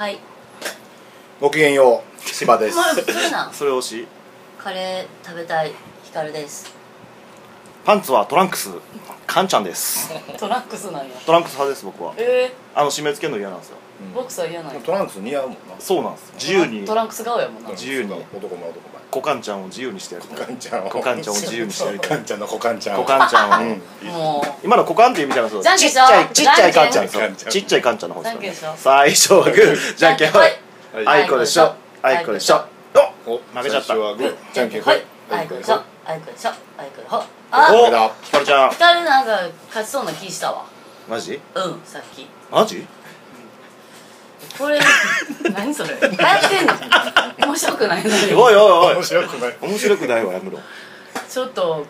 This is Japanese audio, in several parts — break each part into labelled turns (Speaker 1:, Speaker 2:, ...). Speaker 1: はい
Speaker 2: ごきげんよう柴です
Speaker 1: まあそれなん
Speaker 3: それ推し
Speaker 1: カレー食べたいヒカルです
Speaker 3: パンツはトランクスカンちゃんです
Speaker 4: トランクスなんや
Speaker 3: トランクス派です僕は
Speaker 4: え
Speaker 3: あの締め付けるの嫌なんですよ
Speaker 4: ー、ボクサー嫌なんや
Speaker 2: トランクス似合うもんな
Speaker 3: そうなんです自由に
Speaker 4: トランクス顔やもんな
Speaker 3: 自由に
Speaker 2: 男前男
Speaker 3: コカンちゃんを自由にしてやりた
Speaker 2: 前
Speaker 3: い
Speaker 2: 股間ちゃんを
Speaker 3: 股間ちゃんを自由にしてやり
Speaker 2: 股
Speaker 3: たい
Speaker 2: 間ちゃんの股間ちゃんを
Speaker 3: コカンちゃんを
Speaker 4: も
Speaker 3: 今のコカンっていう意味じゃないです
Speaker 1: じゃ
Speaker 3: よ
Speaker 1: んけ
Speaker 3: ち
Speaker 1: んし
Speaker 3: っち
Speaker 1: よう
Speaker 3: ゃいちっちゃいカンちゃん
Speaker 2: じゃんけん
Speaker 3: そうちっちゃいカンちゃんの方で
Speaker 4: じ
Speaker 3: す
Speaker 4: ゃんけん
Speaker 3: よね
Speaker 4: し
Speaker 3: 最初はグーじゃんけんほい
Speaker 2: はい
Speaker 3: あいこでしょあいこでしょ
Speaker 2: お
Speaker 3: 負けち
Speaker 2: 最
Speaker 3: ゃった
Speaker 2: 初はグーじゃんけん
Speaker 1: ほ
Speaker 2: ほ
Speaker 1: い
Speaker 2: い
Speaker 1: あいこでしょあいこでしょあいこでほあ
Speaker 2: お
Speaker 3: お
Speaker 2: 負けた
Speaker 3: ひかるちゃん
Speaker 1: ヒカルなんか勝ちそうな気したわ
Speaker 3: マジ
Speaker 1: うんさっき
Speaker 3: マジ
Speaker 1: こ れ流行
Speaker 4: う何それ
Speaker 1: ってんの
Speaker 4: 面白くないのに
Speaker 3: おいおいお
Speaker 2: 面
Speaker 3: い
Speaker 2: 白くない
Speaker 3: 面白くないわやむろ
Speaker 1: ちょっと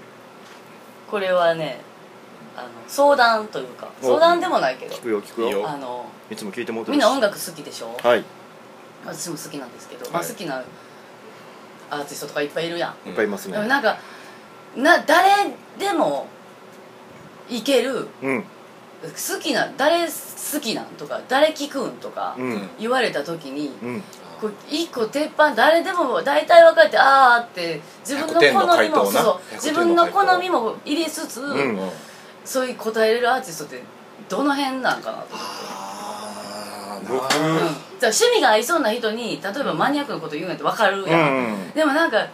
Speaker 1: これはねあの相談というか
Speaker 3: お
Speaker 1: 相談でもないけど
Speaker 3: 聞くよ聞く
Speaker 2: いい
Speaker 3: よ
Speaker 2: よ
Speaker 1: あの
Speaker 3: いつも聞いてもうて
Speaker 1: み
Speaker 3: る
Speaker 1: ん
Speaker 3: し
Speaker 1: な音楽好きでしょ
Speaker 3: はい
Speaker 1: 私も好きなんですけど、
Speaker 2: い
Speaker 1: まあ、好きなアーティストとかいっぱいいるやん
Speaker 3: いっぱいいます
Speaker 1: でも
Speaker 3: ね
Speaker 1: なんかな誰でもいける
Speaker 3: うん
Speaker 1: 好きな誰好きなんとか誰聞くんとか
Speaker 3: うん
Speaker 1: 言われた時に、
Speaker 3: うん
Speaker 1: こう一個鉄板誰でも大体分かってああって自分の
Speaker 2: 100点の
Speaker 1: 好み
Speaker 2: 回
Speaker 1: も
Speaker 2: 答な
Speaker 1: そう
Speaker 2: 100
Speaker 1: 自分の好みも入れつつ、
Speaker 3: うん
Speaker 2: うん
Speaker 1: そういう答えれるアーティストってどの辺なんかなと、
Speaker 2: あー
Speaker 3: 僕
Speaker 2: な
Speaker 1: うん、だから趣味が合いそうな人に例えばマニアックなこと言うのって分かるやん
Speaker 3: うん
Speaker 1: でもなんか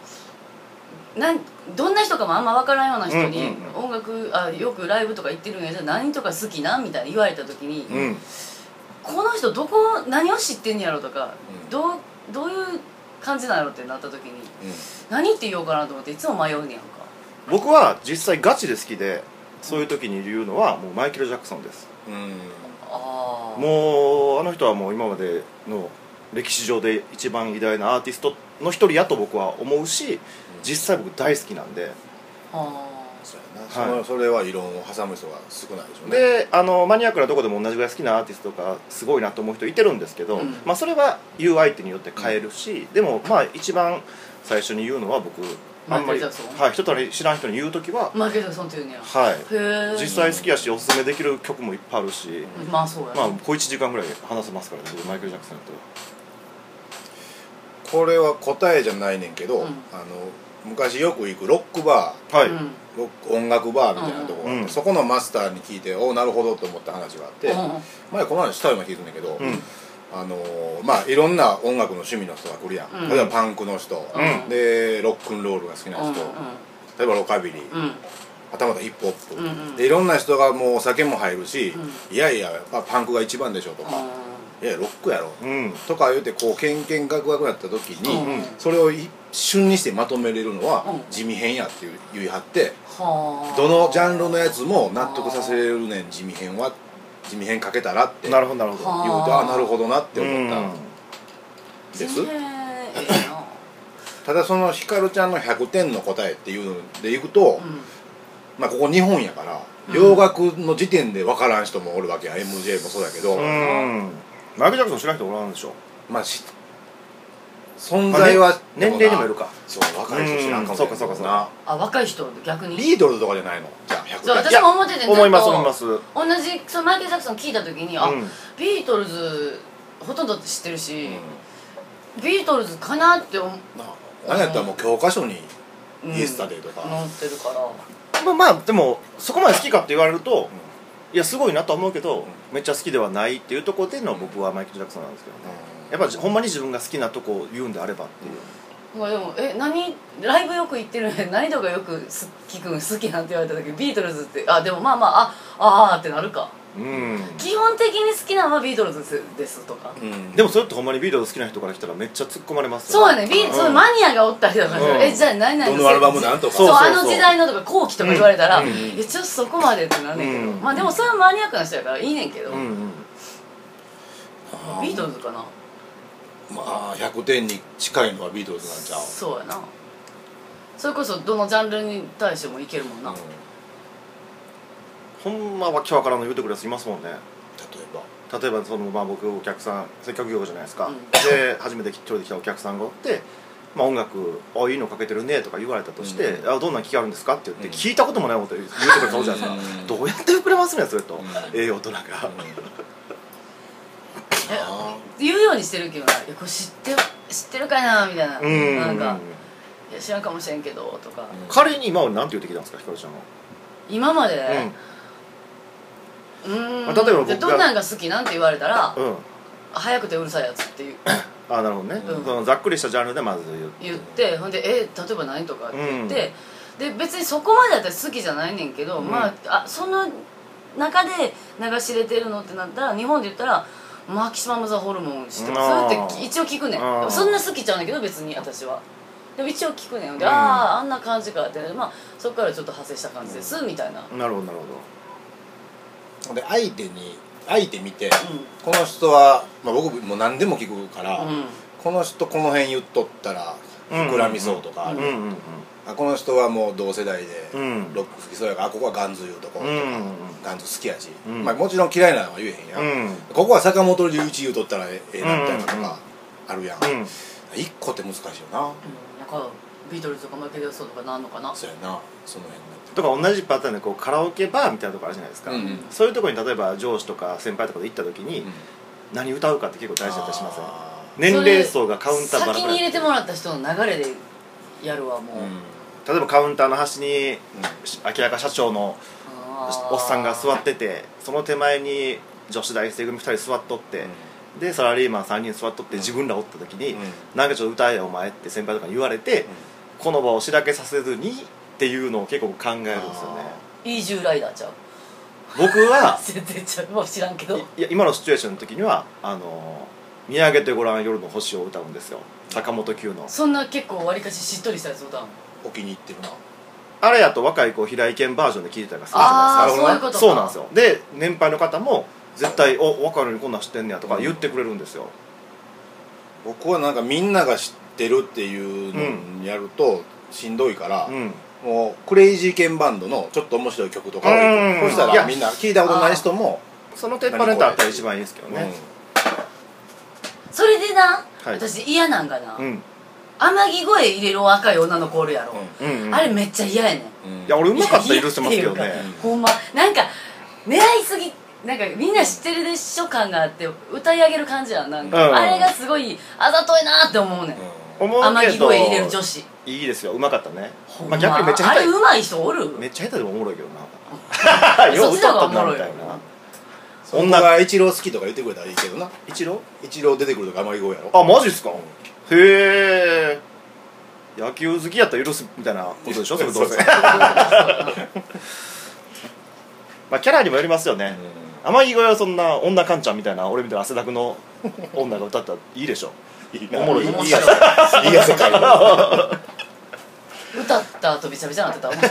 Speaker 1: なんどんな人かもあんま分からんような人に
Speaker 3: うんうん
Speaker 1: 音楽あよくライブとか行ってるんやじゃあ何とか好きなんみたいな言われた時に、
Speaker 3: うん
Speaker 1: この人どこ何を知ってんやろとか、
Speaker 2: うん
Speaker 1: どうどういう感じなんやろってなった時に
Speaker 2: うん
Speaker 1: 何って言おうかなと思っていつも迷うねやんか
Speaker 3: 僕は実際ガチで好きでそういう時に言うのはもうマイケル・ジャクソンです
Speaker 2: うん
Speaker 1: ああ
Speaker 3: もうあの人はもう今までの歴史上で一番偉大なアーティストの一人やと僕は思うし実際僕大好きなんで
Speaker 1: あ
Speaker 2: そうやなそのそれは異論を挟む人が少ないでしょうね
Speaker 3: であのマニアックなとこでも同じぐらい好きなアーティストとかすごいなと思う人いてるんですけど、
Speaker 1: うん
Speaker 3: まあ、それは言う相手によって変えるし、でもまあ一番最初に言うのは僕あんま
Speaker 1: マイケル
Speaker 3: り、
Speaker 1: ジャ
Speaker 3: は
Speaker 1: クソン
Speaker 3: い、一通り知らん人に言う時は
Speaker 1: あ、マイケル・ジャクソンって言うねやへ
Speaker 3: はい
Speaker 1: え
Speaker 3: 実際好きやしおすすめできる曲もいっぱいあるし、
Speaker 1: まあそうや
Speaker 3: まあ小1時間ぐらい話せますからねマイケル・ジャクソンやと
Speaker 2: これは答えじゃないねんけど
Speaker 1: うん
Speaker 2: あの昔よく行くロックバー
Speaker 3: はい、
Speaker 1: うん
Speaker 2: ロック音楽バーみたいなとこがあって、
Speaker 3: うん
Speaker 2: そこのマスターに聞いておおなるほどと思った話があって、
Speaker 1: うん
Speaker 2: 前この話したような気がするんだけど、
Speaker 3: うん
Speaker 2: あのーまあいろんな音楽の趣味の人が来るやん、
Speaker 1: うん
Speaker 2: 例えばパンクの人、
Speaker 1: うん
Speaker 2: でロックンロールが好きな
Speaker 1: うん
Speaker 2: 人、例えばロカビリー、
Speaker 1: うんうん
Speaker 2: はたまたヒップホップ、
Speaker 1: うんうん
Speaker 2: でいろんな人がもうお酒も入るし、
Speaker 1: う
Speaker 2: いやいややっぱパンクが一番でしょとか、
Speaker 1: う
Speaker 2: いやロックやろ、
Speaker 3: うん
Speaker 2: とか言うてこうけんけんがくがくなった時
Speaker 1: う
Speaker 2: に、
Speaker 1: ん
Speaker 2: それを一瞬にしてまとめれるのは、
Speaker 1: うん
Speaker 2: 地味編やっていう言い張って。
Speaker 1: はあ
Speaker 2: どのジャンルのやつも納得させれるねん地味編は地味編かけたらって
Speaker 3: な
Speaker 2: 言う
Speaker 3: るほどなるほど
Speaker 1: は
Speaker 2: て
Speaker 1: あ
Speaker 2: あなるほどなって
Speaker 3: う
Speaker 2: 思
Speaker 3: ん
Speaker 2: ったんです、
Speaker 1: へえええな
Speaker 2: ただそのひかるちゃんの100点の答えっていうのでいくと、
Speaker 1: うん
Speaker 2: まあここ日本やから洋楽の時点で分からん人もおるわけや MJ もそうだけど、
Speaker 3: うんマイケル・ジャクソン知らん人おらんでしょ
Speaker 2: まあし存在は、
Speaker 3: まあね年齢にもよるか
Speaker 2: そう若い人知らんかもしれ
Speaker 3: うん
Speaker 2: ない
Speaker 3: そうかそうかそう
Speaker 2: な
Speaker 3: か
Speaker 1: あ若い人逆に
Speaker 2: ビートルズとかじゃないのじゃあ
Speaker 1: そう
Speaker 2: 100点
Speaker 1: 私も思ってて
Speaker 3: 思います
Speaker 1: ずっと
Speaker 3: 思いますう
Speaker 1: 同じそのマイケル・ジャクソン聞いた時に、あ
Speaker 3: うん
Speaker 1: ビートルズほとんど知ってるし
Speaker 2: うん、
Speaker 1: ビートルズかなって思
Speaker 2: なあなんやったらもう教科書に
Speaker 1: うん
Speaker 2: イエスタデイとか、
Speaker 1: 思ってるから
Speaker 3: まあまあでもそこまで好きかって言われると、いやすごいなとは思うけど、めっちゃ好きではないっていうところでの僕はマイケル・ジャクソンなんですけどね、やっぱじほんまに自分が好きなとこを言うんであればっていう、
Speaker 1: まあでもえ何ライブよく行ってるね何とかよくす聞くん好きなんて言われた時ビートルズってあでもまあまあああーってなるか
Speaker 3: うん
Speaker 1: 基本的に好きなのはビートルズですですとか、
Speaker 2: うん
Speaker 3: でもそれってほんまにビートルズ好きな人から来たらめっちゃ突っ込まれますよ
Speaker 1: そうやねビー、そういうマニアがおったりとか、
Speaker 3: うん
Speaker 1: えじゃあ何々
Speaker 2: どのアルバムなんとか
Speaker 1: そう
Speaker 3: そうそうそう
Speaker 1: あの時代のとか後期とか言われたら、
Speaker 3: うん
Speaker 1: えちょっとそこまでってなんねんけど、
Speaker 3: うん
Speaker 1: まあでもそれはマニアックな人やからいいねんけど、
Speaker 3: うんうん
Speaker 1: ビートルズかな
Speaker 2: まあ100点に近いのはビートルズなんちゃう
Speaker 1: そうやなそれこそどのジャンルに対してもいけるもんな、
Speaker 2: うん例え
Speaker 3: ほんまわけわからんの言うてくるやついますもんね
Speaker 2: ば
Speaker 3: 例えばその、まあ、僕お客さん接客業じゃないですか、
Speaker 1: うん
Speaker 3: で初めて一人で来たお客さんがおって、まあ、音楽「あいいのかけてるね」とか言われたとして「
Speaker 2: う
Speaker 3: あどんな機器あるんですか?」って言って、
Speaker 2: うん
Speaker 3: 聞いたこともないこと言うてくるそうじゃないですか、
Speaker 2: うん
Speaker 3: どうやって膨れますねそれと、
Speaker 2: うん
Speaker 3: ええ大人が、
Speaker 2: うん
Speaker 1: え
Speaker 2: あ
Speaker 1: 言うようにしてるけどないやこれ知って知ってるかなみたいな
Speaker 3: うん
Speaker 1: なんかいや知らんかもしれんけどとか
Speaker 3: 彼に今は何て言ってきたんですかひかるちゃんは、
Speaker 1: 今まで
Speaker 3: うん
Speaker 1: うーん
Speaker 3: まあ例えば僕が
Speaker 1: でどんなんが好きなんて言われたら
Speaker 3: うん、
Speaker 1: 早くてうるさいやつっていう
Speaker 3: ああなるほどね、
Speaker 1: うん
Speaker 3: そのざっくりしたジャンルでまず言う
Speaker 1: 言ってほんで「え例えば何?」とかって言って、で別にそこまでだったら好きじゃないねんけど、
Speaker 3: うん
Speaker 1: まああその中で流し入れてるのってなったら日本で言ったら「マキシマム・ザ・ホルモン」知ってます
Speaker 3: あー
Speaker 1: それって一応聞くねん
Speaker 3: あー
Speaker 1: でもそんな好きちゃうねんけど別に私は。でも一応聞くねんで、
Speaker 3: うん
Speaker 1: あああんな感じかって、まあ、そこからちょっと派生した感じです、みたいな、うん、
Speaker 3: なるほどなるほ
Speaker 2: ほんで相手に相手見てこの人は、まあ、僕も何でも聞くから、
Speaker 1: うん
Speaker 2: この人この辺言っとったら膨らみそうとか、
Speaker 3: どうんうん
Speaker 2: あこの人はもう同世代で
Speaker 3: うん
Speaker 2: ロック好きそうやからあここはガンズ言うとこ、
Speaker 3: うんうん
Speaker 2: ガンズ好きやし、
Speaker 3: うん
Speaker 2: まあ、もちろん嫌いなのは言えへんや、
Speaker 3: うんうん
Speaker 2: ここは坂本龍一言うとったらえええなみたいなとかあるやん、
Speaker 3: うん
Speaker 2: 一個って難しいよな
Speaker 1: なんかビートルズとかマイケル・ジャクソンとかなんのかな
Speaker 2: そうやなその辺になって
Speaker 3: とか同じパターンでこうカラオケバーみたいなとこあるじゃないですか、
Speaker 2: うんうん
Speaker 3: そういうとこに例えば上司とか先輩とかで行った時に、
Speaker 2: うん
Speaker 3: 何歌うかって結構大事だったりしません
Speaker 2: あー
Speaker 3: 年齢層がカウンターバラ
Speaker 1: 先
Speaker 3: バ
Speaker 1: に入
Speaker 3: ラ
Speaker 1: れてもらった人の流れでやるわもう、
Speaker 2: うん
Speaker 3: 例えばカウンターの端に
Speaker 2: う
Speaker 3: 明らか社長の
Speaker 1: あー
Speaker 3: おっさんが座っててその手前に女子大生組2人座っとって、でサラリーマン3人座っとっ
Speaker 2: う
Speaker 3: て
Speaker 2: ん
Speaker 3: 自分らおった時に、
Speaker 2: うん
Speaker 3: なんかちょっと歌えよお前って先輩とかに言われて、この場をしらけさせずにっていうのを結構考えるんですよね
Speaker 1: イージューライダーちゃう
Speaker 3: 僕は
Speaker 1: 全然ちゃうもう知らんけど
Speaker 3: いや今のシチュエーションの時にはあのー見上げてごらん夜の星」を歌うんですよ坂本九の
Speaker 1: そんな結構わりかししっとりしたやつ歌うの
Speaker 2: お気に入ってるな
Speaker 3: あれやと若い子平井堅バージョンで聴いてたりとかするじゃないですか
Speaker 1: ああ
Speaker 2: なるほど
Speaker 1: そう
Speaker 2: な
Speaker 1: いうことか
Speaker 3: そうなんですよで年配の方も絶対「お若いのにこんなん知ってんねや」とか言ってくれるんですよ、
Speaker 2: 僕はなんかみんなが知ってるっていうのをやるとしんどいから、
Speaker 3: うん、
Speaker 2: もうクレイジーケンバンドのちょっと面白い曲とかを入れて
Speaker 3: うん
Speaker 2: そした
Speaker 3: いや
Speaker 2: らみんな聞いたことない人も、
Speaker 3: その鉄板ネタあったら一番いいんですけど
Speaker 2: うん
Speaker 3: ね
Speaker 1: それでな、
Speaker 3: はい
Speaker 1: 私嫌なんかな、
Speaker 3: うん
Speaker 1: 天城声入れる若い女の子おるやろ、
Speaker 3: うん、うん
Speaker 1: あれめっちゃ嫌やねん
Speaker 2: うん
Speaker 3: いや俺うまかったら許してますけど
Speaker 1: いやいいって
Speaker 3: ね
Speaker 1: いうかほんまなんか狙いすぎなんかみんな知ってるでしょ感があって歌い上げる感じやんなんか、
Speaker 3: うん
Speaker 1: あれがすごいあざといなって思うねん、
Speaker 2: うん
Speaker 3: 思う
Speaker 1: 天
Speaker 3: け
Speaker 1: 城
Speaker 3: ど
Speaker 1: 声入れる女子
Speaker 3: いいですようまかったね
Speaker 1: ほん
Speaker 3: ま
Speaker 1: ま
Speaker 3: あ、逆にめっちゃ
Speaker 1: あ
Speaker 3: 下
Speaker 1: れ
Speaker 3: 手
Speaker 1: 上手い人おる
Speaker 3: めっちゃ下手でもおもろいけどな よう歌ったんだみたい
Speaker 1: そっちの方がおもろい
Speaker 3: な
Speaker 1: よ
Speaker 2: 女が一郎好きとか言ってくれたらいいけどな
Speaker 3: 一郎
Speaker 2: 一郎出てくるとかあまり声やろ
Speaker 3: あマジっすかへえ野球好きやったら許すみたいなことでしょそれどうせまあキャラにもよりますよね、天城越えはそんな女カンちゃんみたいな俺みたいな汗だくの女が歌ったらいいでしょ
Speaker 2: な
Speaker 3: おもろい
Speaker 2: いい
Speaker 3: 面
Speaker 2: 汗かいい汗かい
Speaker 1: 歌った後びちゃびちゃなってたら面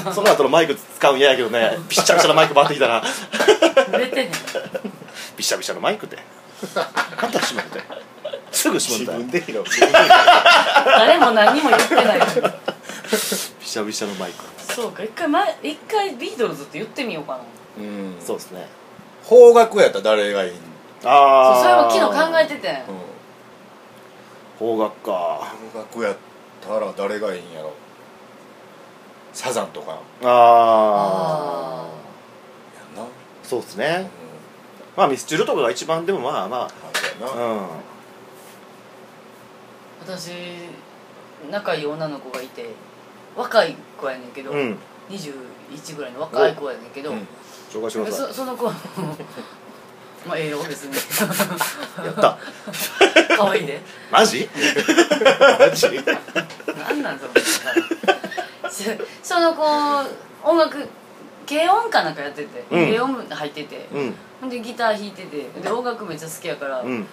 Speaker 1: 白い
Speaker 3: その後のマイク使うん嫌やけどねびっしゃびしゃのマイク回ってきたら
Speaker 1: 売れてね
Speaker 3: びっしゃびしゃのマイクってあんた閉めてすぐ閉め
Speaker 2: 自
Speaker 3: たよ
Speaker 2: 分
Speaker 3: び
Speaker 2: で拾う
Speaker 1: 誰も何にも言ってない
Speaker 3: しゃびしゃのマイク
Speaker 1: そうか一回前一回ビートルズって言ってみようかな
Speaker 2: うん
Speaker 3: そうですね
Speaker 2: 方角やったら誰がいいん
Speaker 3: あ
Speaker 1: そう
Speaker 3: あ
Speaker 1: それも昨日考えててん
Speaker 3: 方角か
Speaker 2: 方角やったら誰がいいんやろサザンとかや
Speaker 3: あ
Speaker 1: あ
Speaker 2: んなうん
Speaker 3: あそうですねまあミスチルとかが一番でもまあま
Speaker 2: 感じや
Speaker 3: あ
Speaker 2: な
Speaker 3: う
Speaker 1: あ私仲いい女の子がいて若い子やねんけど、
Speaker 3: んうん
Speaker 1: 21ぐらいの若い子やねんけど、
Speaker 2: うん
Speaker 3: 紹介してくださ
Speaker 1: そその子まあええよ別に
Speaker 3: い やった
Speaker 1: 可愛いで
Speaker 3: マジマジ
Speaker 1: なんなんそのそその子音楽軽音かなんかやってて、
Speaker 3: うん
Speaker 1: 軽音部入ってて、
Speaker 3: うん
Speaker 1: ほんでギター弾いててで音楽めっちゃ好きやから、
Speaker 3: うん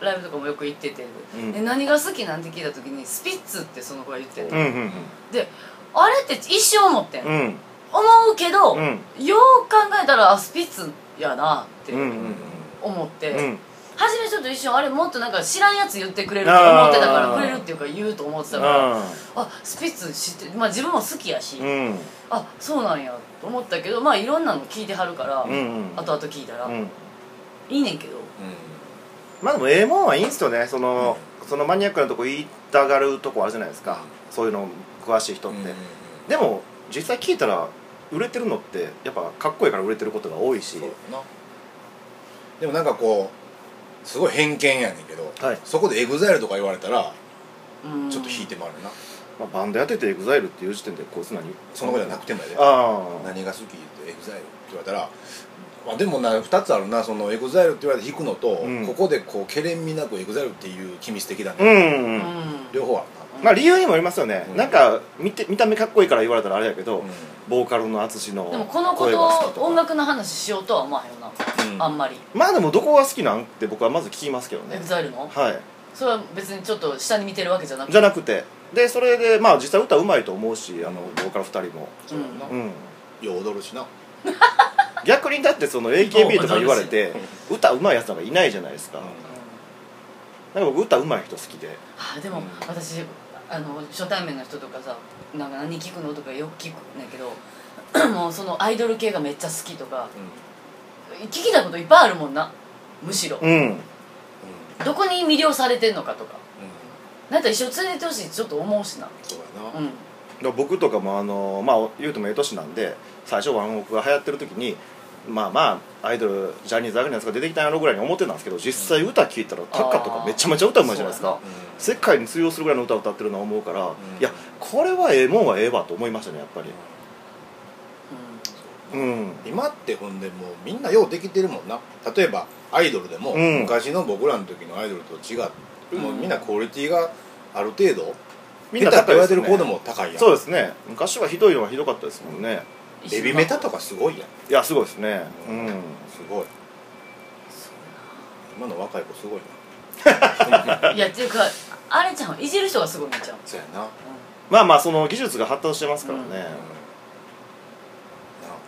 Speaker 1: ライブとかもよく行ってて、
Speaker 3: うん
Speaker 1: で何が好きなんて聞いた時にスピッツってその子が言ってて、
Speaker 3: うんうん
Speaker 1: であれって一生思ってん、
Speaker 3: うんうん
Speaker 1: 思うけど、
Speaker 3: うん
Speaker 1: よう考えたらあスピッツやなって
Speaker 3: うんうん
Speaker 1: 思って、
Speaker 3: うん
Speaker 1: 初めちょっと一瞬あれもっとなんか知らんやつ言ってくれると思ってたか
Speaker 3: あー
Speaker 1: らくれるっていうか言うと思ってたからあスピッツ知ってまあ自分も好きやし、
Speaker 3: うんうん
Speaker 1: あそうなんやと思ったけどまあいろんなの聞いてはるから、
Speaker 3: うんうん
Speaker 1: 後々聞いたら、
Speaker 3: うん
Speaker 1: いいねんけど
Speaker 3: まあでもええもんはいいんすよねその、そのマニアックなとこ言いたがるとこあるじゃないですか、そういうの詳しい人
Speaker 2: う
Speaker 3: っ
Speaker 2: ん
Speaker 3: て、
Speaker 2: うん
Speaker 3: でも実際聞いたら売れてるのってやっぱかっこいいから売れてることが多いし
Speaker 2: そうやなでもなんかこうすごい偏見やねんけど、
Speaker 3: はい
Speaker 2: そこでエグザイルとか言われたら
Speaker 1: うん
Speaker 2: ちょっと引いてもあるな、
Speaker 3: まあ、バンドやっててエグザイルっていう時点でこいつ何
Speaker 2: そんなことじゃなくてもやで
Speaker 3: ああ
Speaker 2: 何が好きってエグザイルって言われたら、まあ、でもな2つあるなそのエグザイルって言われて弾くのと、
Speaker 3: うん
Speaker 2: ここでこうけれんみなくエグザイルっていう君素敵だね、
Speaker 3: うん、うん
Speaker 1: う
Speaker 2: 両方あ
Speaker 3: まあ理由にもよりますよね、
Speaker 2: うん
Speaker 3: なんか見て見た目かっこいいから言われたらあれやけど、
Speaker 2: るな、
Speaker 3: ボーカルの淳の
Speaker 1: んでもこの子
Speaker 3: 声が好きと
Speaker 1: と
Speaker 3: か
Speaker 1: 音楽の話しようとは思わへんよな、
Speaker 2: うん
Speaker 1: あんまり
Speaker 3: まあでもどこが好きなんって僕はまず聞きますけどね
Speaker 1: EXILE の
Speaker 3: はい
Speaker 1: それは別にちょっと下に見てるわけじゃなく
Speaker 3: じ
Speaker 1: て
Speaker 3: ゃなくてでそれでまあ実際歌うまいと思うしあのボーカル2人も
Speaker 1: うんうん
Speaker 3: うん
Speaker 2: よう踊るしな
Speaker 3: 逆にだってその AKB とか言われて
Speaker 2: そうなんで
Speaker 3: 歌うまいやつなんかいないじゃないですか、なんか僕歌うまい人好きで
Speaker 1: あでも
Speaker 2: うん
Speaker 1: 私あの初対面の人とかさ「なんか何聞くの?」とかよく聞くんだけど もうそのアイドル系がめっちゃ好きとか聞きたいこといっぱいあるもんなむしろ、
Speaker 3: うん
Speaker 1: どこに魅了されてんのかとかなんか一緒に連れてってほしいってちょっと思うしな
Speaker 2: そうやな、
Speaker 1: うん
Speaker 3: だから僕とかもあのまあ言うてもええ年なんで最初ワンオクが流行ってる時にまあまあアイドルジャニーズアグネスが出てきたんやろぐらいに思ってたんですけど実際歌聴いたらタッカとかめちゃめちゃ歌うまいじゃないです
Speaker 1: あー
Speaker 3: か
Speaker 1: そ
Speaker 3: 世界に通用するぐらいの歌を歌ってるな思うから、
Speaker 2: ん
Speaker 3: いやこれはええもんはええわと思いましたねやっぱりうん
Speaker 2: 今ってほんでもうみんなようできてるもんな例えばアイドルでも、
Speaker 3: うん
Speaker 2: 昔の僕らの時のアイドルと違う、もうみんなクオリティがある程度
Speaker 3: みんな
Speaker 2: 下手って言われてる
Speaker 3: 高い
Speaker 2: 子
Speaker 3: で
Speaker 2: です
Speaker 3: ね
Speaker 2: も高いやん
Speaker 3: そうですね昔はひどいのはひどかったですもんね
Speaker 1: うん
Speaker 2: エビメタとかすごいやん
Speaker 3: いやすごいですねうん
Speaker 2: すごい今の若い子すごいない
Speaker 1: やっていうかあれちゃんをいじる人がすごいみちゃう、
Speaker 2: そうやな、
Speaker 1: う
Speaker 3: まあまあその技術が発達してますからね、
Speaker 1: ん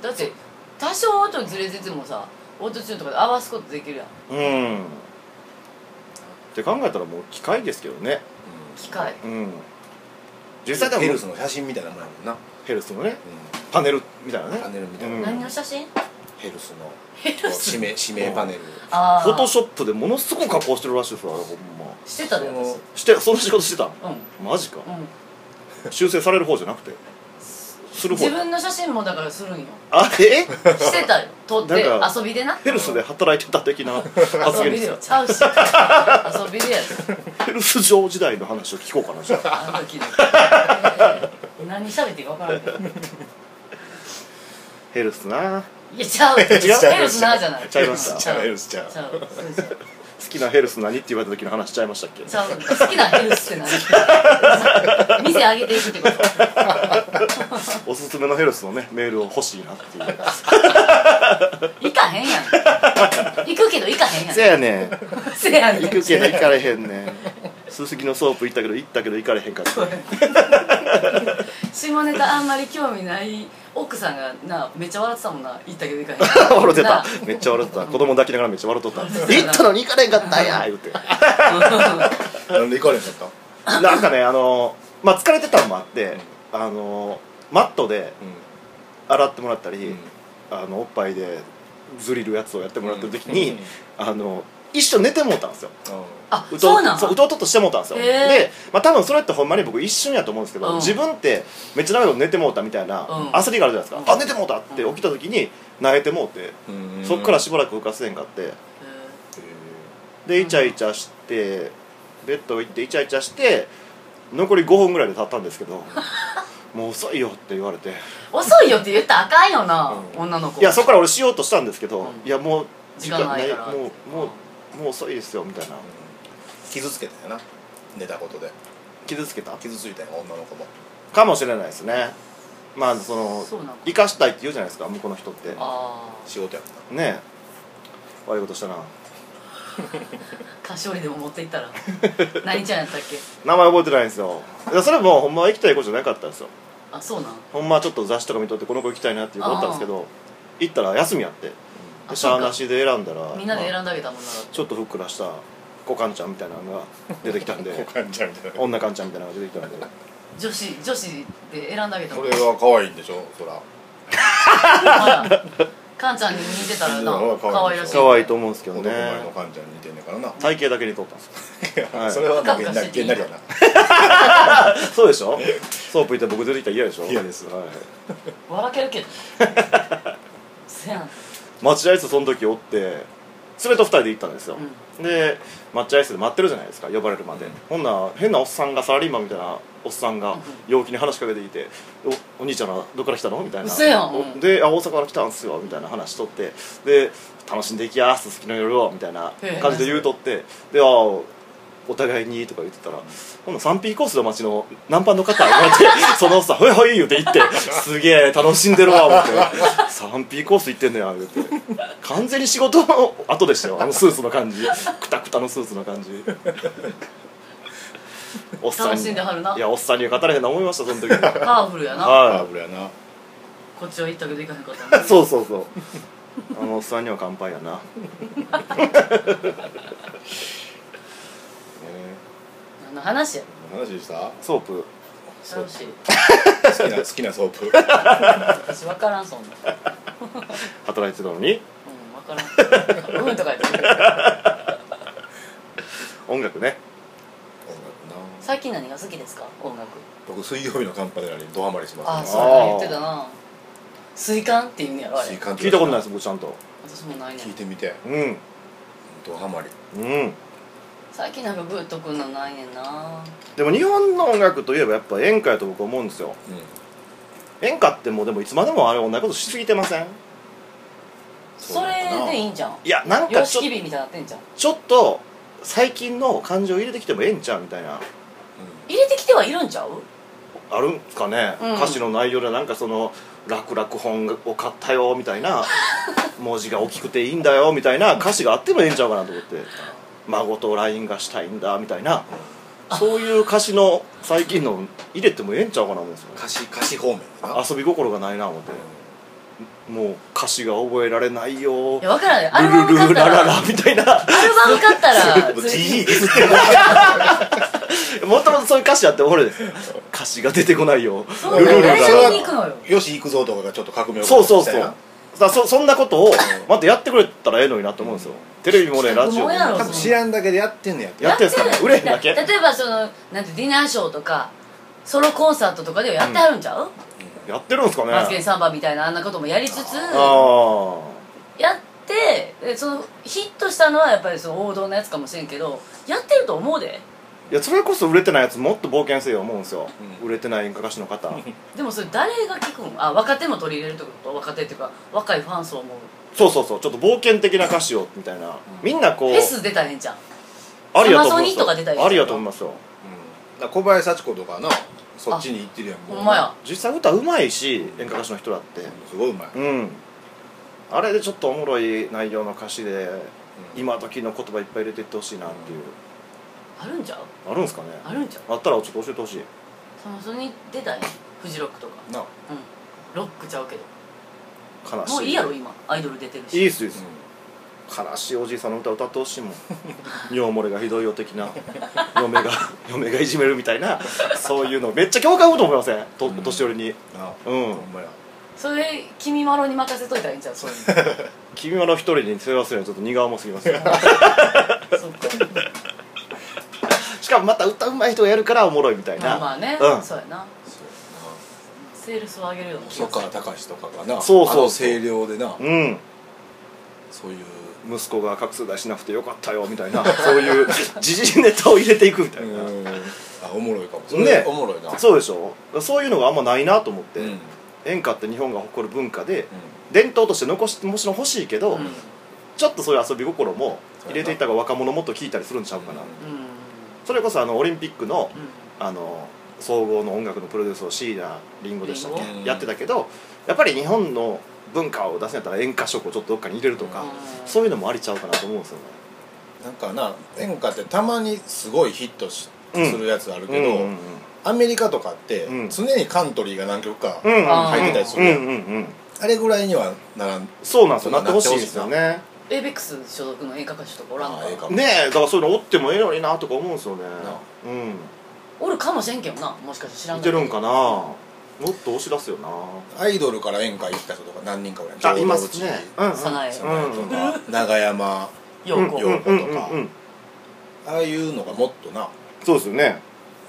Speaker 1: だって多少音ずれててもさオートチューンとかで合わすことできるやん
Speaker 3: うんって考えたらもう機械ですけどね
Speaker 1: 機械
Speaker 3: うん
Speaker 2: 実
Speaker 3: 実
Speaker 2: 際
Speaker 3: 際でも
Speaker 2: ヘルスの写真みたいなもんやもんな、
Speaker 3: ヘルスのねパネルみたいなね
Speaker 2: パネルみたいな、
Speaker 3: うん
Speaker 1: 何の写真
Speaker 2: ヘルスのこう指名指名パネル、
Speaker 1: ああ
Speaker 3: フォトショップでものすごく加工してるらしいですよあれほんま
Speaker 1: してたで私
Speaker 2: そ
Speaker 3: してその仕事してた
Speaker 1: うん
Speaker 3: マジか
Speaker 1: うん
Speaker 3: 修正される方じゃなくてする方
Speaker 1: 自分の写真もだからするんよ
Speaker 3: あえ
Speaker 1: してたよ撮って
Speaker 3: なんか
Speaker 1: 遊びでな
Speaker 3: ヘルスで働いてた的な発
Speaker 1: 遊び
Speaker 3: 言で
Speaker 1: ですよ
Speaker 3: よ
Speaker 1: ちゃうし遊びでやで
Speaker 3: ヘルス上時代の話を聞こうかなじゃあ
Speaker 1: あの時の 何喋っていいか分からんけど
Speaker 3: ヘルスな好
Speaker 1: いやちゃうヘ
Speaker 2: 違う
Speaker 1: ルスなじゃない
Speaker 3: ちゃいました
Speaker 2: ちゃうヘルスちゃう
Speaker 1: ちゃうそうそう
Speaker 3: きなヘルス何って言われた時の話しちゃいましたっけ
Speaker 1: ちゃう好きなヘルスって何 店上げていくってこと
Speaker 3: おすすめのヘルスのねメールを欲しいなっていう
Speaker 1: 行かへんやん行くけど行かへんやん
Speaker 3: せやねん
Speaker 1: せやねん
Speaker 3: 行くけど行かれへんねんすすきのソープ行ったけど行ったけど行かれへんかった
Speaker 1: 下ネタあんまり興味ない奥さんがなめっちゃ笑ってたもんな行ったけど行かへん
Speaker 3: 笑って
Speaker 1: な
Speaker 3: ためっちゃ笑ってた子供抱きながらめっちゃ笑っとった行ったのに行かれへんかったんや言うて
Speaker 2: なんで行かれへんかった、
Speaker 3: なんかねあのまあ疲れてたのもあってあのマットで洗ってもらったり、あのおっぱいでズリるやつをやってもらってる時に、
Speaker 2: うん
Speaker 3: あの一緒に寝てもうたんですよ
Speaker 1: あ
Speaker 3: うと
Speaker 1: そうなん
Speaker 3: そううとうとっとしてもうたんですよ、
Speaker 1: へー
Speaker 3: で、まあ、多分それってほんまに僕一瞬やと思うんですけど、
Speaker 1: うん
Speaker 3: 自分ってめっちゃ長いこと寝てもうたみたいな、
Speaker 1: ん
Speaker 3: 焦りがあるじゃないですか、
Speaker 1: うん
Speaker 3: あ寝てもうたって起きた時に泣いてもうて、
Speaker 2: うん
Speaker 3: そっからしばらく浮かせへんかって
Speaker 1: う
Speaker 3: でイチャイチャしてベッド行ってイチャイチャして残り5分ぐらいで経ったんですけど もう遅いよって言われて
Speaker 1: ん遅いよって言ったらあかんよな、女の子
Speaker 3: いやそこから俺しようとしたんですけど、いやもう
Speaker 1: 時間ないから
Speaker 3: もうもうもう遅いですよみたいな
Speaker 2: 傷つけたよな寝たことで
Speaker 3: 傷つけた
Speaker 2: 傷ついたよ女の子も
Speaker 3: かもしれないですねまあその
Speaker 1: そうなの
Speaker 3: 生かしたいって言うじゃないですか向こうの人ってね
Speaker 1: ああ
Speaker 2: 仕事やもん
Speaker 3: え悪いことしたな
Speaker 1: 菓子折りでも持って行った ら何ちゃんやったっけ
Speaker 3: 名前覚えてないんですよいやそれもほんまは行きたい子じゃなかったんですよ
Speaker 1: あそうなん
Speaker 3: ほんまはちょっと雑誌とか見とってこの子行きたいなっていう子おったんですけど行ったら休みやって
Speaker 1: あ
Speaker 3: でし
Speaker 1: そ
Speaker 3: ゃ
Speaker 1: う
Speaker 3: あ
Speaker 1: か
Speaker 3: なしで選んだら
Speaker 1: みんなで
Speaker 3: ま
Speaker 1: 選
Speaker 3: あ
Speaker 1: んであげたもんな
Speaker 3: ちょっとふっくらした子カンちゃんみたいなのが出てきたんで
Speaker 2: 股間ちゃんみたいな
Speaker 3: 女カンちゃんみたいなのが出てきたんで
Speaker 1: 女子女子で選んであげた
Speaker 2: そ
Speaker 1: もん
Speaker 2: れは可愛いんでしょそら
Speaker 1: あらかんちゃんに似てたらな 可愛らしい
Speaker 3: 可愛いと思うんですけど
Speaker 2: 男
Speaker 3: ね
Speaker 2: 前のカンちゃんに似てんねんからな
Speaker 3: 体型だけに撮ったんですよ は い
Speaker 2: それはもう
Speaker 1: ふか
Speaker 2: げ
Speaker 1: ふ
Speaker 2: ん
Speaker 1: か
Speaker 2: な
Speaker 1: し
Speaker 2: り
Speaker 1: て
Speaker 2: げ
Speaker 1: いい
Speaker 2: ん
Speaker 1: の
Speaker 2: なりやな
Speaker 3: そうでしょソープ行って僕出てきたら嫌でしょ
Speaker 2: 嫌です
Speaker 3: はい、
Speaker 1: 笑けるけどせやん
Speaker 3: 待合室その時おって連れと2人で行ったんですよ、
Speaker 1: う
Speaker 3: で抹茶アイスで待ってるじゃないですか呼ばれるまで、
Speaker 2: うん
Speaker 3: ほんなら変なおっさんがサラリーマンみたいなおっさんが陽気に話しかけてきて「おお兄ちゃんはどっから来たの?」みたいな
Speaker 1: 嘘やん
Speaker 3: おであ「大阪から来たんすよ」みたいな話しとってで「楽しんでいきやすすきの夜を」みたいな感じで言うとってで「ああお互いに」とか言ってたらほんなら 3P コースの街の南般の方がって そのおっさん「はいはい」言うて行って「すげえ楽しんでるわ」思って「3P コース行ってんねや」言うて完全に仕事の後でしたよあのスーツの感じくたくたのスーツの感じおっさんに
Speaker 1: 楽しんではるない
Speaker 3: やおっさんには語れへんな思いまし たその時
Speaker 1: ん
Speaker 3: は
Speaker 1: パワフルやな
Speaker 2: あ
Speaker 3: は
Speaker 2: ー危ないな
Speaker 1: こっちは行ったけど行かへんかった
Speaker 3: い そうそうそうあのおっさんには乾杯やな
Speaker 2: え
Speaker 1: 何の話や
Speaker 2: ー話した
Speaker 3: ソープ
Speaker 1: 楽しい
Speaker 2: 好き な好きなソープ
Speaker 1: 私分からん そんな
Speaker 3: 働いてたの
Speaker 1: う
Speaker 3: に
Speaker 1: ん分からんうんとか言ってくる
Speaker 3: 音楽ね
Speaker 2: 音楽な
Speaker 1: 最近何が好きですか音楽
Speaker 2: 僕水曜日のカンパネラにドハマりし
Speaker 1: あ
Speaker 2: ま
Speaker 1: あ
Speaker 2: す
Speaker 1: そうなん言ってたな水管っていうんやろあ
Speaker 2: 水
Speaker 1: れ
Speaker 2: 管
Speaker 3: 聞いたことないですす僕ちゃんと
Speaker 1: 私もないねん
Speaker 2: 聞いてみて
Speaker 3: うん
Speaker 2: ドハマり
Speaker 3: うん
Speaker 1: 最近なんかグッとくんのないねんな
Speaker 3: でも日本の音楽といえばやっぱ演歌やと僕思うんですよ
Speaker 2: うん
Speaker 3: 演歌ってもうでもいつまでもあれ同じことしすぎてません
Speaker 2: そ
Speaker 1: そう
Speaker 2: なのかな
Speaker 1: れでいいんじゃん
Speaker 3: いやなんか
Speaker 1: 様
Speaker 3: ちょ
Speaker 1: 式日みたいになってんじゃん
Speaker 3: ちょっと最近の感情入れてきてもええんちゃうみたいな
Speaker 1: 入れてきてはいるんちゃう
Speaker 3: あるんすかね、
Speaker 1: うん
Speaker 3: 歌詞の内容でなんかその「楽々本を買ったよ」みたいな文字が大きくていいんだよみたいな歌詞があってもええんちゃうかなと思って孫と LINE がしたいんだみたいなそういう歌詞の最近の入れてもええんちゃうかな思うんですよね
Speaker 2: 歌詞歌詞方面だな
Speaker 3: 遊び心がないな思ってもう歌詞が覚えられないよ
Speaker 1: いや分からないアルバ
Speaker 3: ル
Speaker 1: ム
Speaker 3: ル
Speaker 1: 買っ
Speaker 3: ル
Speaker 1: た
Speaker 3: ラ
Speaker 1: ら
Speaker 3: ラ
Speaker 1: アル
Speaker 3: ラみたいな
Speaker 1: バム買ったら
Speaker 2: もう
Speaker 1: つ
Speaker 2: じ
Speaker 1: い
Speaker 2: じいですって
Speaker 3: もともとそういう歌詞あっておもろいです歌詞が出てこないよ
Speaker 1: そうだよ
Speaker 2: ルルルララ
Speaker 1: 来年に行くのよ
Speaker 2: よし行くぞとかがちょっと革命を
Speaker 3: そうそう
Speaker 2: 起こした
Speaker 3: そうだ
Speaker 2: よ
Speaker 3: か。らそそんなことをまたやってくれたらええのになと思うんですよ、テレビもねラジオもね
Speaker 1: 企画もや
Speaker 2: 多
Speaker 1: ろ
Speaker 2: 分知らんだけでやってんねやって
Speaker 3: やってんすかね
Speaker 1: やってる
Speaker 3: 売れへんだけ
Speaker 1: 例えばそのなんてディナーショーとかソロコンサートとかではやってはるんちゃう、
Speaker 3: やってるんですかね
Speaker 1: マツケンサンバみたいなあんなこともやりつつ
Speaker 3: ああ
Speaker 1: やってでそのヒットしたのはやっぱりその王道のやつかもしれんけどやってると思うで
Speaker 3: いやそれこそ売れてないやつもっと冒険せよ思うんですよ、
Speaker 2: うん
Speaker 3: 売れてない演歌歌手の方
Speaker 1: でもそれ誰が聞くんあ若手も取り入れるってこと若手っていうか若いファン層も
Speaker 3: そうそうそうちょっと冒険的な歌詞をみたいなみんなこ
Speaker 1: フ
Speaker 3: う
Speaker 1: ェス出たらええんちゃう
Speaker 3: ありやと思
Speaker 1: サマ
Speaker 3: う
Speaker 1: ソ
Speaker 3: んで
Speaker 1: ニ
Speaker 3: す
Speaker 1: とか出たりする
Speaker 3: よ
Speaker 1: の
Speaker 3: ありやと思いますよ
Speaker 2: うんだから小林幸子とかなそっちに行ってるやんもう
Speaker 1: ほんまや
Speaker 3: 実際歌うまいし演歌歌手の人だって
Speaker 2: すごいうまい
Speaker 3: うんあれでちょっとおもろい内容の歌詞で今時の言葉いっぱい入れていってほしいなっていう、
Speaker 1: あるんちゃう
Speaker 3: あるんですかね
Speaker 1: あるんちゃう
Speaker 3: あったらちょっと教えてほしい
Speaker 1: そのそれに出たらええフジロックとか
Speaker 2: なあ
Speaker 1: うんロックちゃうけど
Speaker 3: 悲しい
Speaker 1: もういいやろ今アイドル出てる
Speaker 3: い
Speaker 1: し
Speaker 3: いっすいいっす、悲しいおじいさんの歌歌ってほしいもん尿漏れがひどいよ的 な嫁が嫁がいじめるみたいなそういうのめっちゃ共感をと思いませんと、
Speaker 2: うん
Speaker 3: 年寄りに
Speaker 2: なあ
Speaker 3: うん
Speaker 2: ほんまや
Speaker 1: それ君まろに任せといたらええんちゃ うそういうの
Speaker 3: 君はの一人に世話するのはちょっと荷が重すぎますよ
Speaker 1: そ っか
Speaker 3: しかもまた歌うまい人がやるからおもろいみたい
Speaker 1: ま
Speaker 3: な
Speaker 1: あまあね、
Speaker 3: うん
Speaker 1: そうやな
Speaker 2: そうやな
Speaker 1: セールスを上げるような気
Speaker 2: 細
Speaker 1: がする
Speaker 2: 川隆とかがな
Speaker 3: そうそうそう
Speaker 2: あの声量でな
Speaker 3: うん
Speaker 2: そういう
Speaker 3: 息子が画数出しなくてよかったよみたいなそういう 時事ネタを入れていくみたいな、
Speaker 2: あおもろいかもそ
Speaker 3: ね
Speaker 2: れおもろいな
Speaker 3: そうでしょそういうのがあんまないなと思って、
Speaker 2: うんうん
Speaker 3: 演歌って日本が誇る文化で、伝統として残してもちろん欲しいけ
Speaker 1: う
Speaker 3: ど、
Speaker 1: ん、うん
Speaker 3: ちょっとそういう遊び心も入れていった方が若者もっと聞いたりするんちゃうかな、
Speaker 2: うん
Speaker 3: それこそあのオリンピックの
Speaker 1: う
Speaker 3: あの総合の音楽のプロデュースを椎名林檎でしたっけ、
Speaker 2: うん
Speaker 3: やってたけどやっぱり日本の文化を出すんやったら演歌色をちょっとどっかに入れるとか、
Speaker 1: うん
Speaker 3: そういうのもありちゃうかなと思うんですよね
Speaker 2: なんかな演歌ってたまにすごいヒットし
Speaker 3: うん
Speaker 2: するやつある
Speaker 3: う
Speaker 2: け
Speaker 3: ん
Speaker 2: ど、
Speaker 3: うん
Speaker 2: アメリカとかって
Speaker 3: うん
Speaker 2: 常にカントリーが何曲か、
Speaker 3: うんうん
Speaker 1: あー
Speaker 2: 入ってたりする
Speaker 3: う
Speaker 2: やん
Speaker 3: んうんうん
Speaker 2: あれぐらいにはならん
Speaker 3: そうなんですよなってほしいんですよね
Speaker 1: エイベックス所属の演歌歌手とかおらんの
Speaker 2: あええ
Speaker 1: か
Speaker 2: か
Speaker 1: な
Speaker 2: も
Speaker 3: ねえだからそういうのおってもええのになとか思うんですよね
Speaker 2: あ
Speaker 3: うん
Speaker 1: おるかもしれんけどなもしかして知らん
Speaker 3: 見
Speaker 1: け
Speaker 3: て
Speaker 1: ど
Speaker 3: るんかなもっと押し出すよな
Speaker 2: アイドルから演歌行った人とか何人かぐらい
Speaker 3: あいますねうんうん
Speaker 1: さなえ
Speaker 2: 浄土寺とか長山
Speaker 1: ようこ
Speaker 2: よう
Speaker 3: うんうんうんうん
Speaker 2: ああいうのがもっとな
Speaker 3: そうですよね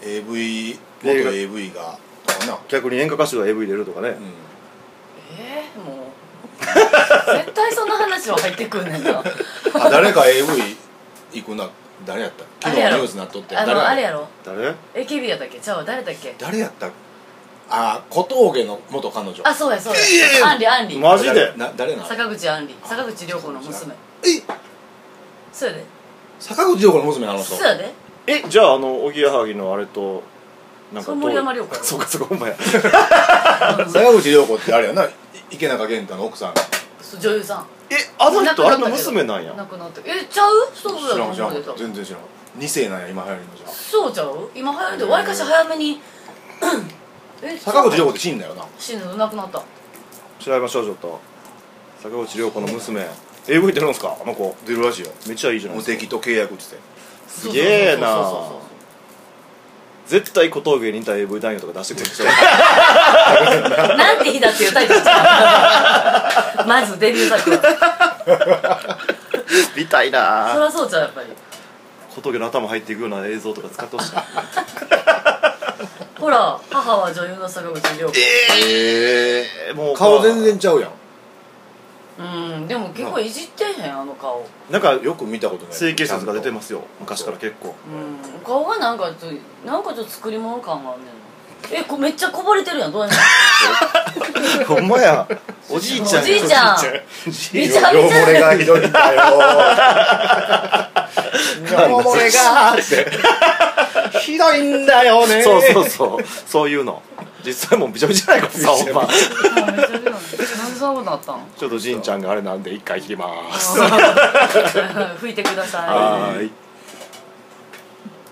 Speaker 2: AV 元
Speaker 3: 映画
Speaker 2: AV がとかな、
Speaker 3: 逆に演歌歌手が AV 入れるとかね
Speaker 2: うん
Speaker 1: ええもう絶対対その話は入ってくんねんな
Speaker 2: あ誰か AV 行くな誰やった
Speaker 1: あれ
Speaker 2: 昨日ニ
Speaker 1: やろ
Speaker 2: ュースなっとって
Speaker 1: あ
Speaker 2: 誰
Speaker 1: のあれ
Speaker 2: や
Speaker 1: やろ
Speaker 3: 誰
Speaker 1: AKB やったっけちゃうわ誰だっけ
Speaker 2: 誰やったあ小峠の元彼女
Speaker 1: あそうやそうやアンリアンリ
Speaker 3: マジで
Speaker 2: な誰な
Speaker 1: 坂口アンリ坂口涼子の娘
Speaker 2: え
Speaker 1: そうやで
Speaker 2: 坂口涼子の娘なの人
Speaker 1: そうやで
Speaker 3: えじゃああのおぎやはぎのあれとなん
Speaker 1: それ
Speaker 3: かと
Speaker 1: 森山良子やろ
Speaker 3: そうかそうかほんまや
Speaker 2: 坂口涼子ってあれやない池中玄太の奥さん
Speaker 1: そう女優さん
Speaker 3: えあの
Speaker 1: 亡く
Speaker 3: 人あ
Speaker 1: なった
Speaker 3: れ
Speaker 1: けど
Speaker 3: の娘なんや
Speaker 1: 亡くなってえちゃうそう
Speaker 2: 知らん知
Speaker 1: や
Speaker 2: ら
Speaker 1: と思うけ
Speaker 2: ん
Speaker 1: ど
Speaker 2: 全然知らん二世なんや今流行りのじゃ
Speaker 1: そうちゃう今流行るでわりかし早めにえ
Speaker 2: 坂口涼
Speaker 1: 子
Speaker 2: 子って死んだよな
Speaker 1: 死ぬの亡くなった
Speaker 3: 調べましょうちょっと坂口涼子の娘 AV 出るんすかあの子
Speaker 2: 出るらしいよ
Speaker 3: めっちゃいいじゃない
Speaker 2: 無
Speaker 3: ですか
Speaker 2: 敵と契約っつって
Speaker 3: すげえな
Speaker 1: そうそうそうそう
Speaker 3: 絶対小峠に似た AV 男優とか出 してくるでしょ
Speaker 1: なんて日だっていうタイトルちゃ うまずデビュー作は
Speaker 3: み
Speaker 1: そ
Speaker 3: たい
Speaker 1: り
Speaker 3: な
Speaker 1: ゃそうちゃうやっぱり
Speaker 3: 小峠の頭入っていくような映像とか使ってほしい
Speaker 1: ほら母は女優の坂口涼子
Speaker 2: ええ
Speaker 3: えーもう
Speaker 2: 顔全然ちゃうやん
Speaker 1: うんでも結構いじってへんあの顔
Speaker 3: なんか
Speaker 2: よく見たことない
Speaker 3: 整形説が出て
Speaker 2: ま
Speaker 3: ますよ昔から結構
Speaker 1: うん顔がなんかちょっとなんかちょっと作り物感があんねんえこめっちゃこぼれてるやんどうやねん
Speaker 3: ほんまや お じいちゃんや
Speaker 1: おじいちゃんめちゃめ
Speaker 2: 汚
Speaker 1: ちゃ
Speaker 2: れがひどいんだよ汚れがってひどいんだよね
Speaker 3: そうそうそうそういうの実際もう びちゃびちゃないからさほんま
Speaker 1: あめっちゃ出る なんでそんなこと なったの
Speaker 3: ちょっとじんちゃんがあれなんで一回切りまーす
Speaker 1: 拭いてください
Speaker 3: はーい